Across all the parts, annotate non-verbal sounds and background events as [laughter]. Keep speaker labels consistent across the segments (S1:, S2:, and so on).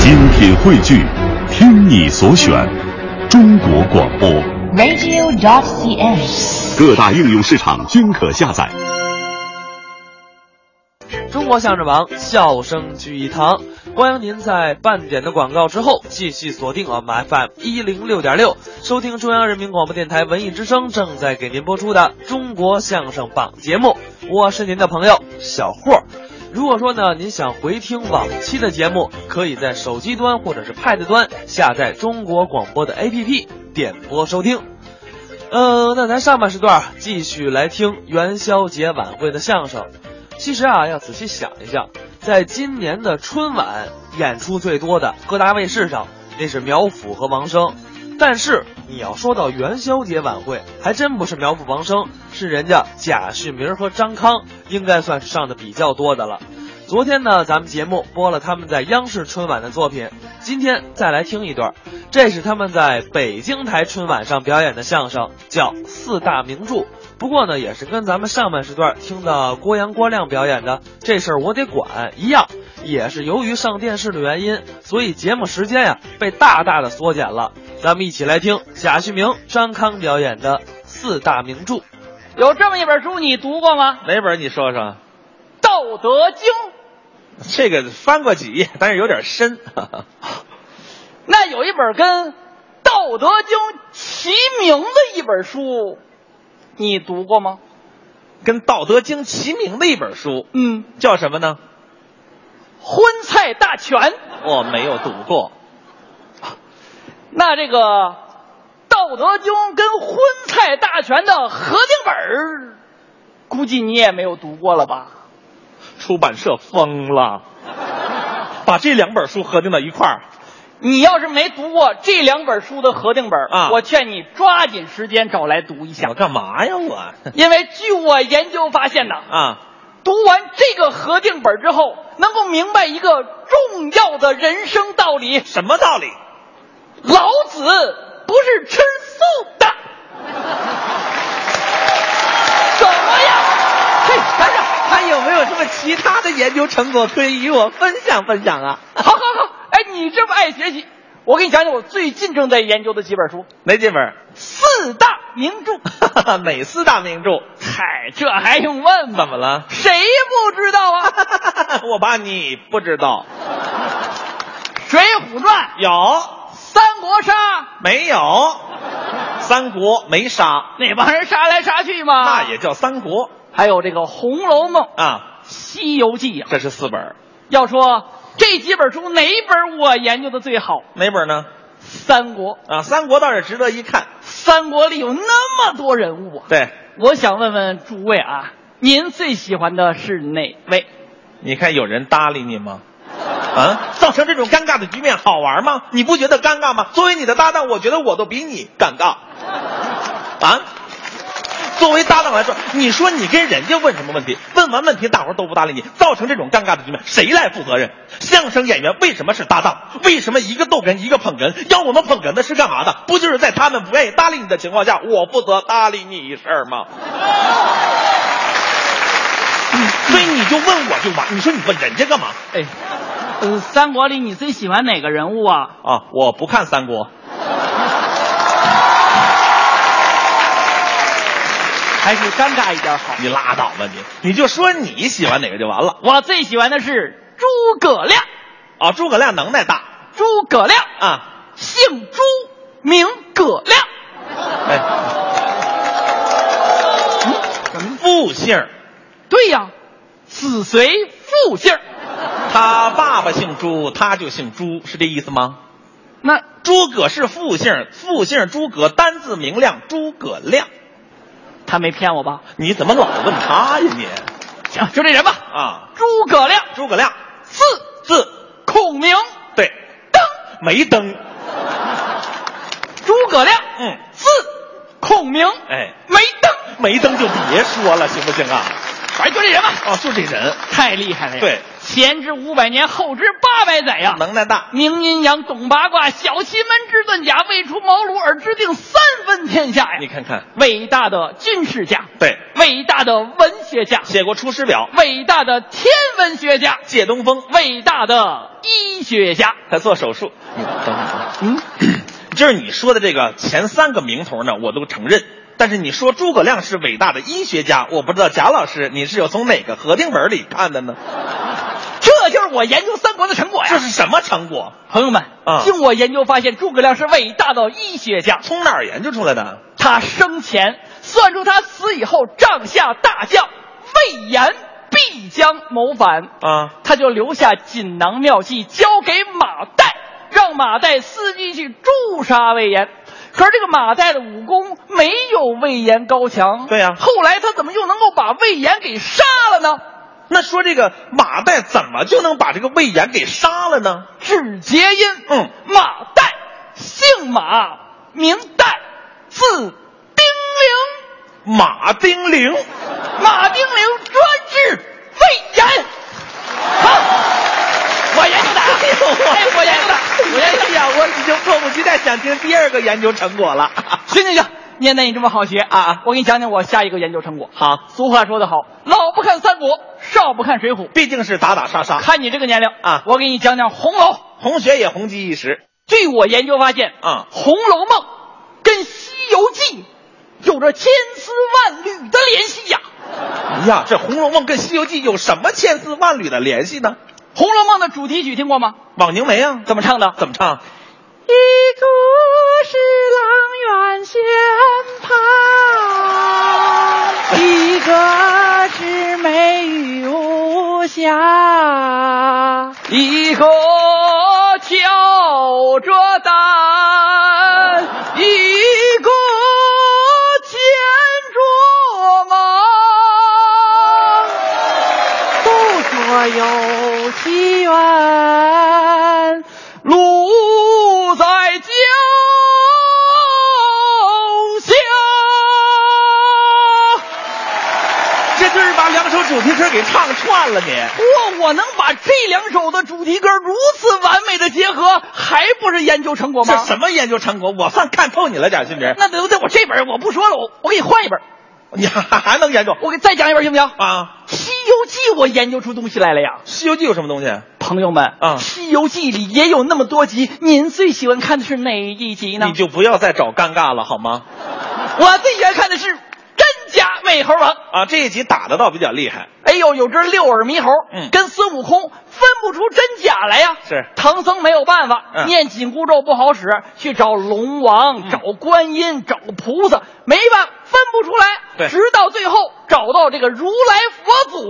S1: 精品汇聚，听你所选，中国广播。
S2: radio.cn。
S1: 各大应用市场均可下载。
S3: 中国相声榜，笑声聚一堂。欢迎您在半点的广告之后继续锁定我们 FM 一零六点六，收听中央人民广播电台文艺之声正在给您播出的《中国相声榜》节目。我是您的朋友小霍。如果说呢，您想回听往期的节目，可以在手机端或者是 Pad 端下载中国广播的 APP 点播收听。呃，那咱上半时段继续来听元宵节晚会的相声。其实啊，要仔细想一下，在今年的春晚演出最多的各大卫视上，那是苗阜和王声。但是你要说到元宵节晚会，还真不是苗阜、王声，是人家贾旭明和张康，应该算是上的比较多的了。昨天呢，咱们节目播了他们在央视春晚的作品，今天再来听一段，这是他们在北京台春晚上表演的相声，叫《四大名著》。不过呢，也是跟咱们上半时段听的郭阳、郭亮表演的这事儿我得管一样，也是由于上电视的原因，所以节目时间呀、被大大的缩减了。咱们一起来听贾旭明、张康表演的四大名著，
S4: 有这么一本书，你读过吗？
S5: 哪本？你说说。
S4: 《道德经》。
S5: 这个翻过几页，但是有点深。 [laughs]
S4: 那有一本跟《道德经》齐名的一本书，你读过吗？
S5: 跟《道德经》齐名的一本书，
S4: 嗯，
S5: 叫什么呢？
S4: 《荤菜大全》。
S5: 我没有读过。
S4: 那这个《道德经》跟《荤菜大全》的合订本儿，估计你也没有读过了吧？
S5: 出版社疯了，把这两本书合并到一块儿。
S4: 你要是没读过这两本书的合订本儿
S5: 啊
S4: 我劝你抓紧时间找来读一下
S5: 我，干嘛呀我？
S4: 因为据我研究发现呐，
S5: 啊，
S4: 读完这个合订本之后，能够明白一个重要的人生道理：
S5: 什么道理？
S4: 老子不是吃素的。怎么样？嘿，咱这
S5: 他有没有什么其他的研究成果可以与我分享分享啊？
S4: 好好好，哎，你这么爱学习，我给你讲讲我最近正在研究的几本书，
S5: 哪几 [laughs] 本？
S4: 四大名著。
S5: 哪四大名著？
S4: 嗨，这还用问
S5: 怎
S4: 吗？？
S5: 么了
S4: 谁不知道啊？《
S5: [laughs] 我怕你不知道，
S4: 水浒传》《
S5: 有
S4: 三国杀
S5: 没有？三国没杀》，，
S4: 那帮人杀来杀去嘛。
S5: 那也叫三国
S4: 还有这个《红楼梦》《
S5: 啊。
S4: 西游记》呀。
S5: 这是四本，
S4: 要说这几本书哪一本我研究的最好？《
S5: 哪本呢？
S4: 三国》。《
S5: 啊，三国倒是值得一看。
S4: 三国》里有那么多人物啊！
S5: 对，
S4: 我想问问诸位啊，您最喜欢的是哪位？
S5: 你看有人搭理你吗？啊，造成这种尴尬的局面好玩吗？你不觉得尴尬吗？作为你的搭档，我觉得我都比你尴尬。啊，作为搭档来说，你说你跟人家问什么问题？问完问题，大伙儿都不搭理你，造成这种尴尬的局面，谁来负责任？相声演员为什么是搭档？为什么一个逗哏一个捧哏？要我们捧哏的是干嘛的？不就是在他们不愿意搭理你的情况下，我负责搭理你一事儿吗？所以你就问我就完，你说你问人家干嘛？
S4: 哎，呃，三国里你最喜欢哪个人物啊？
S5: 啊，我不看三国，
S4: 还是尴尬一点好。
S5: 你拉倒吧你，你就说你喜欢哪个就完了。
S4: 我最喜欢的是诸葛亮，
S5: 啊，诸葛亮能耐大
S4: 诸葛亮，
S5: 啊，
S4: 姓朱名葛亮。
S5: 哎，
S4: 嗯，
S5: 复姓儿，
S4: 对呀，子随父姓儿。
S5: 他爸爸姓朱，他就姓朱，是这意思吗？
S4: 那
S5: 诸葛是复姓，复姓诸葛，单字明亮，诸葛亮。
S4: 他没骗我吧？ [laughs]
S5: 你怎么老问他呀你？
S4: 行，就这人吧。
S5: 啊，
S4: 诸葛亮，
S5: 诸葛亮，
S4: 字
S5: 字
S4: 孔明，
S5: 对，
S4: 登
S5: 没登，
S4: 诸葛亮，
S5: 嗯
S4: 字孔明，
S5: 哎，
S4: 没登，
S5: 没登就别说了，行不行啊？
S4: 反正就这人吧。
S5: 哦，就这人，
S4: 太厉害了呀！
S5: 对，
S4: 前知五百年，后知八百载呀、
S5: 能耐大，
S4: 明阴阳，懂八卦，小奇门之遁甲，未出茅庐而知定三分天下呀！
S5: 你看看，
S4: 伟大的军事家，
S5: 对，
S4: 伟大的文学家，
S5: 写过《出师表》《
S4: 伟大的天文学家，
S5: 借东风》，
S4: 伟大的医学家。
S5: 还做手术。你等会儿，嗯， [clears throat] 就是你说的这个前三个名头呢，我都承认。但是你说诸葛亮是伟大的医学家，我不知道贾老师你是有从哪个核定本里看的呢？
S4: 这就是我研究三国的成果呀！
S5: 这是什么成果？
S4: 朋友们，
S5: 啊
S4: 经我研究发现，诸葛亮是伟大的医学家。
S5: 从哪儿研究出来的？
S4: 他生前算出他死以后，帐下大将魏延必将谋反，
S5: 啊，
S4: 他就留下锦囊妙计交给马岱，让马岱伺机去诛杀魏延。可是这个马岱的武功没有魏延高强，
S5: 对呀
S4: 后来他怎么又能够把魏延给杀了呢？
S5: 那说这个马岱怎么就能把这个魏延给杀了呢？
S4: 至节音，
S5: 嗯
S4: 马岱，姓马，名岱，字丁
S5: 马丁玲，
S4: 玲，马丁玲专治肺炎。好，我研究 [laughs] 的啊，哎，我研究的，我研究的。
S5: 哎呀，我已经迫不及待想听第二个研究成果了。
S4: 行行行，念南你这么好学
S5: 啊
S4: 我给你讲讲我下一个研究成果。
S5: 好，
S4: 俗话说得好，老不看三国，少不看水浒。
S5: 毕竟是打打杀杀，
S4: 看你这个年龄
S5: 啊
S4: 我给你讲讲红楼。
S5: 红学也红极一时。
S4: 据我研究发现，
S5: 啊
S4: 红楼梦》跟《西游记》有着千丝万缕的联系呀、
S5: 哎呀，这《红楼梦》跟《西游记》有什么千丝万缕的联系呢？
S4: 红楼梦》的主题曲听过吗？
S5: 枉凝眉啊，
S4: 怎么唱的
S5: 怎么唱？
S4: 一个是阆苑仙葩，一个是美玉无瑕，一个挑着啊担，一个牵着马。不说有奇缘，路在脚下。
S5: 这就是把两首主题歌给唱串了你。
S4: 哇，我能把这两首的主题歌如此完美的结合，还不是研究成果
S5: 这
S4: 吗？
S5: 什么研究成果？我算看透你了，贾新明。
S4: 那得得我这本我不说了，我我给你换一本，
S5: 你还还能研究
S4: 我给再讲一本行不行？
S5: 啊？
S4: 《西游记》我研究出东西来了呀！
S5: 《西游记》有什么东西？
S4: 朋友们，
S5: 啊
S4: 西游记》里也有那么多集，您最喜欢看的是哪一集呢？
S5: 你就不要再找尴尬了好吗？
S4: [laughs] 我最喜欢看的是《真假美猴王》。
S5: 啊，这一集打得倒比较厉害。
S4: 哎呦，有只六耳猕猴，
S5: 嗯
S4: 跟孙悟空分不出真假来呀、
S5: 是
S4: 唐僧没有办法，
S5: 嗯
S4: 念紧箍咒不好使，去找龙王、找观音、找菩萨，没办法分不出来。
S5: 对
S4: 直到最后找到这个如来佛祖，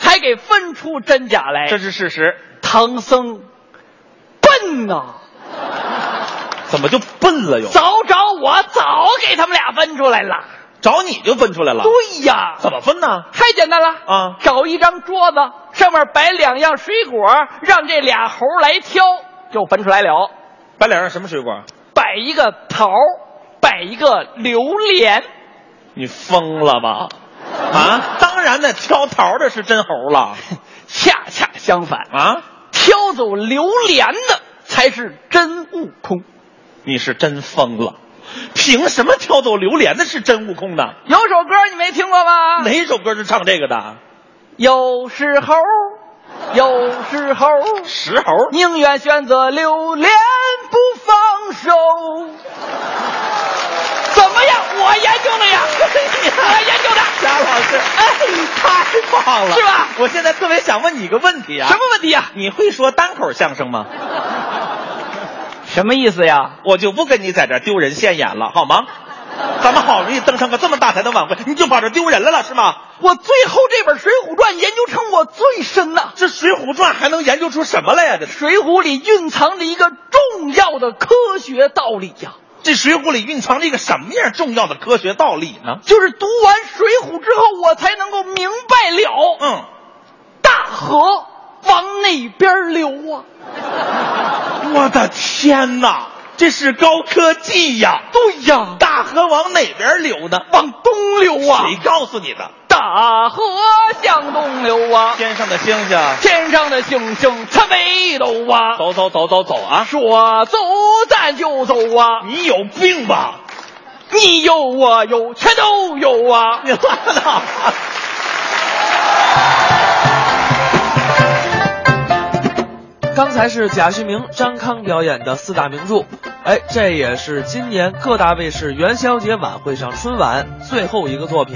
S4: 才给分出真假来。
S5: 这是事实。
S4: 唐僧笨呐、
S5: 怎么就笨了又？
S4: 早找我早给他们俩分出来了。
S5: 找你就分出来了？
S4: 对呀，
S5: 怎么分呢？
S4: 太简单了
S5: 啊
S4: 找一张桌子，上面摆两样水果，让这俩猴来挑，就分出来了。
S5: 白脸上什么水果？
S4: 摆一个桃，摆一个榴莲，
S5: 你疯了吧？啊，当然呢，挑桃的是真猴了
S4: 恰恰相反，
S5: 啊！
S4: 挑走榴莲的才是真悟空。
S5: 你是真疯了，凭什么挑走榴莲的是真悟空呢？
S4: 有首歌你没听过吗？
S5: 哪首歌是唱这个的？
S4: 有是猴，有是猴，
S5: 石猴？
S4: 宁愿选择榴莲不放手。怎么样？我研究的呀， [laughs] 我研 [laughs] 究的。
S5: 贾老师，
S4: 哎，
S5: 太棒了，
S4: 是吧
S5: 我现在特别想问你一个问题啊，
S4: 什么？问题呀、
S5: 你会说单口相声吗？
S4: 什么意思呀？
S5: 我就不跟你在这儿丢人现眼了，好吗？咱们好不容易登上个这么大台的晚会，你就跑这儿丢人来了是吗？
S4: 我最后这本《水浒传》研究成我最深呐、
S5: 这《水浒传》还能研究出什么来呀、这
S4: 《水浒》里蕴藏着一个重要的科学道理呀、
S5: 这《水浒》里蕴藏着一个什么样重要的科学道理呢？
S4: 就是读完《水浒》之后，我才能够明白了。
S5: 嗯，
S4: 大河往哪边流啊？
S5: 我的天哪！这是高科技呀！
S4: 对呀，
S5: 大河往哪边流呢？
S4: 往东流啊！
S5: 谁告诉你的？
S4: 大河向东流啊，
S5: 天上的星星，
S4: 天上的星星它北斗啊，
S5: 走走走走走啊！
S4: 说走咱就走啊，
S5: 你有病吧？
S4: 你有我有，全都有啊！
S5: 你啊拉倒吧！
S3: 刚才是贾旭明、张康表演的四大名著，哎，这也是今年各大卫视元宵节晚会上春晚最后一个作品。